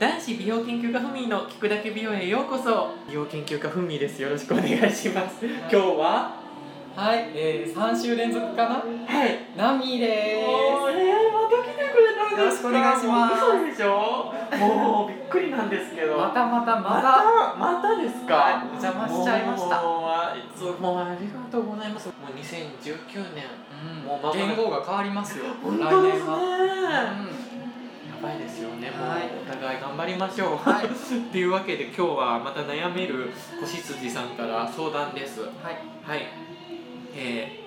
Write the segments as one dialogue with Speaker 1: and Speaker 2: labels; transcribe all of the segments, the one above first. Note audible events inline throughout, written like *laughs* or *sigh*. Speaker 1: 男子美容研究家ふみの聞くだけ美容へようこそ美容研究家ふみですよろしくお願いします今日は
Speaker 2: はい、えー、3週連続かな
Speaker 1: はい
Speaker 2: ナミーで
Speaker 1: おーえー、また来てくれたんですか
Speaker 2: よろしくお願いします
Speaker 1: もう嘘でしょもうびっくりなんですけ
Speaker 2: す
Speaker 1: ど
Speaker 2: またまたまた
Speaker 1: またまたですか、
Speaker 2: はいお邪魔しちゃいました
Speaker 1: もうあいつもありがとうございますもう2019年
Speaker 2: うん
Speaker 1: もうまた
Speaker 2: 言語が変わりますよ
Speaker 1: 本
Speaker 2: 来
Speaker 1: 当です
Speaker 2: 年
Speaker 1: ね
Speaker 2: は、
Speaker 1: や
Speaker 2: う
Speaker 1: ばいですよねもう
Speaker 2: はい
Speaker 1: お互い頑張りましょう、 *laughs*
Speaker 2: ん、はい、
Speaker 1: っていうわけで今日はまた悩める子羊さんから相談です
Speaker 2: はい、
Speaker 1: はい、えー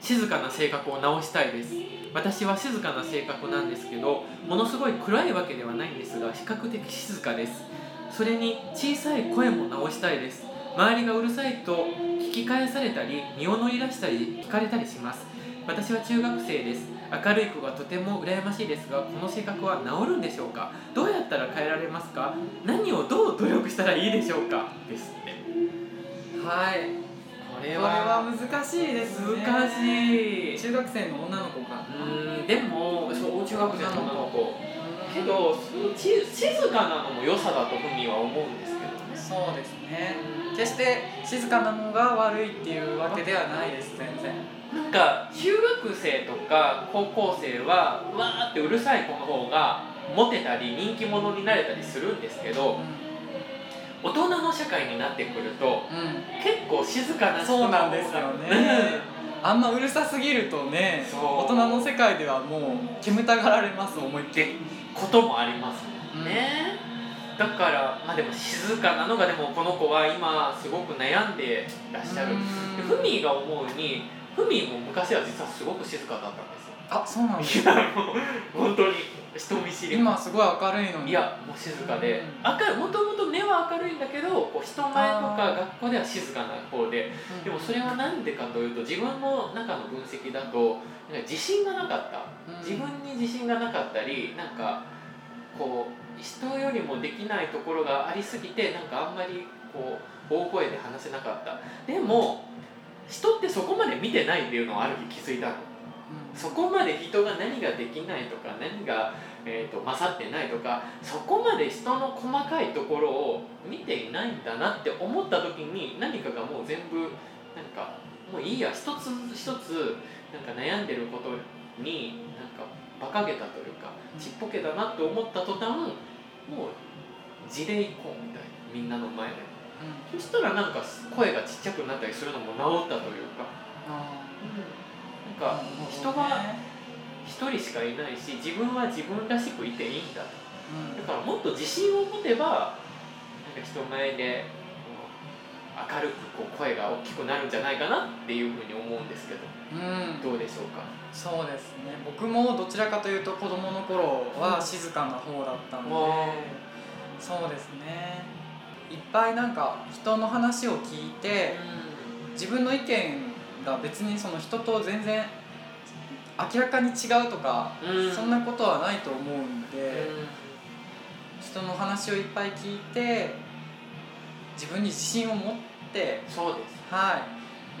Speaker 1: 静かな性格を直したいです私は静かな性格なんですけどものすごい暗いわけではないんですが比較的静かですそれに小さい声も直したいです周りがうるさいと聞き返されたり身を乗り出したり聞かれたりします私は中学生です明るい子がとても羨ましいですがこの性格は治るんでしょうかどうやったら変えられますか何をどう努力したらいいでしょうかですって
Speaker 2: はい、
Speaker 1: こ
Speaker 2: こ
Speaker 1: れ
Speaker 2: れは難しいですね
Speaker 1: 難しい
Speaker 2: 中学生の女の子か
Speaker 1: うんでもそう中学生の女の子け
Speaker 2: うん
Speaker 1: どそのち静かなのも良さだとふみは思うんですけどね
Speaker 2: そうですね決して静かなのが悪いっていうわけではないです全然
Speaker 1: なんか中学生とか高校生はわーってうるさい子の方がモテたり人気者になれたりするんですけど
Speaker 2: う
Speaker 1: 大人の社会になってくると
Speaker 2: ん、
Speaker 1: 結構静かな人
Speaker 2: そう
Speaker 1: の
Speaker 2: な
Speaker 1: 方
Speaker 2: ん
Speaker 1: が
Speaker 2: ですよね
Speaker 1: う
Speaker 2: あんまうるさすぎるとね
Speaker 1: そう
Speaker 2: 大人の世界ではもう煙たがられます思いっきり
Speaker 1: んこともありますもんね、だからまあでも静かなのがでもこの子は今すごく悩んでらっしゃるで
Speaker 2: う
Speaker 1: フ
Speaker 2: ん
Speaker 1: ミが思うにフミも昔は実はすごく静かだったんで
Speaker 2: あそうなんですす
Speaker 1: よいやもう本当に人見知り
Speaker 2: 今すごい明るいのに
Speaker 1: いやもう静かで
Speaker 2: うん
Speaker 1: 明るもともと目は明るいんだけどこう人前とか
Speaker 2: あー
Speaker 1: 学校では静かな方で
Speaker 2: うん
Speaker 1: でもそれは何でかというと自分の中の分析だとなんか自信がなかった
Speaker 2: うん
Speaker 1: 自分に自信がなかったりなんかこう人よりもできないところがありすぎてなんかあんまりこう大声で話せなかったでも人ってそこまで見てないっていうのをある日気づいたの
Speaker 2: うん
Speaker 1: そこまで人が何ができないとか何が、えー、と勝ってないとかそこまで人の細かいところを見ていないんだなって思った時に何かがもう全部なんかもういいや一つ一つなんか悩んでることになんか馬鹿げたというかちっぽけだなって思った途端もう事例行こうみたいなみんなの前で
Speaker 2: うん
Speaker 1: そしたらなんか声がちっちゃくなったりするのも治ったというか、
Speaker 2: あ
Speaker 1: うん、
Speaker 2: ー
Speaker 1: なんか人
Speaker 2: なるほど
Speaker 1: は
Speaker 2: ね
Speaker 1: 一人しかいないし自分は自分らしくいていいんだ
Speaker 2: うん
Speaker 1: だからもっと自信を持てばなんか人前でこう明るくこう声が大きくなるんじゃないかなっていうふうに思うんですけど
Speaker 2: うん
Speaker 1: どうでしょうか
Speaker 2: そうですね僕もどちらかというと子供の頃は静かな方だったので、
Speaker 1: も
Speaker 2: そうですねいっぱいなんか人の話を聞いて自分の意見が別にその人と全然明らかに違うとか、
Speaker 1: うん
Speaker 2: そんなことはないと思うん
Speaker 1: う
Speaker 2: で、
Speaker 1: ん
Speaker 2: 人の話をいっぱい聞いて自分に自信を持って
Speaker 1: そうです
Speaker 2: は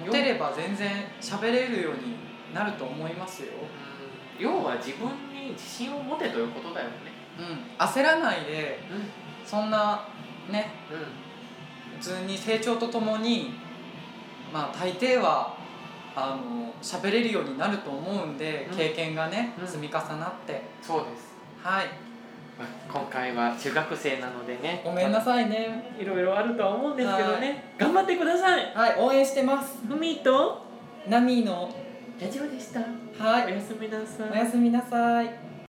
Speaker 2: い
Speaker 1: よ
Speaker 2: 持てれば全然喋れるようになると思いますよ、
Speaker 1: うん要は自分に自信を持てということだよね
Speaker 2: うん、焦らないで
Speaker 1: うん
Speaker 2: そんなね
Speaker 1: うん
Speaker 2: 普通に成長とともにまあ大抵はあの喋れるようになると思うんで、
Speaker 1: うん
Speaker 2: 経験がね、
Speaker 1: うん
Speaker 2: 積み重なって
Speaker 1: そうです
Speaker 2: はい
Speaker 1: まあ今回は中学生なのでね
Speaker 2: ごめんなさいね
Speaker 1: いろいろあるとは思うんですけどね頑張ってください
Speaker 2: はい応援してます
Speaker 1: ふみと
Speaker 2: ナミーの
Speaker 1: ラジオでした
Speaker 2: は
Speaker 1: お
Speaker 2: い
Speaker 1: やすみなさい
Speaker 2: おやすみなさい
Speaker 1: 「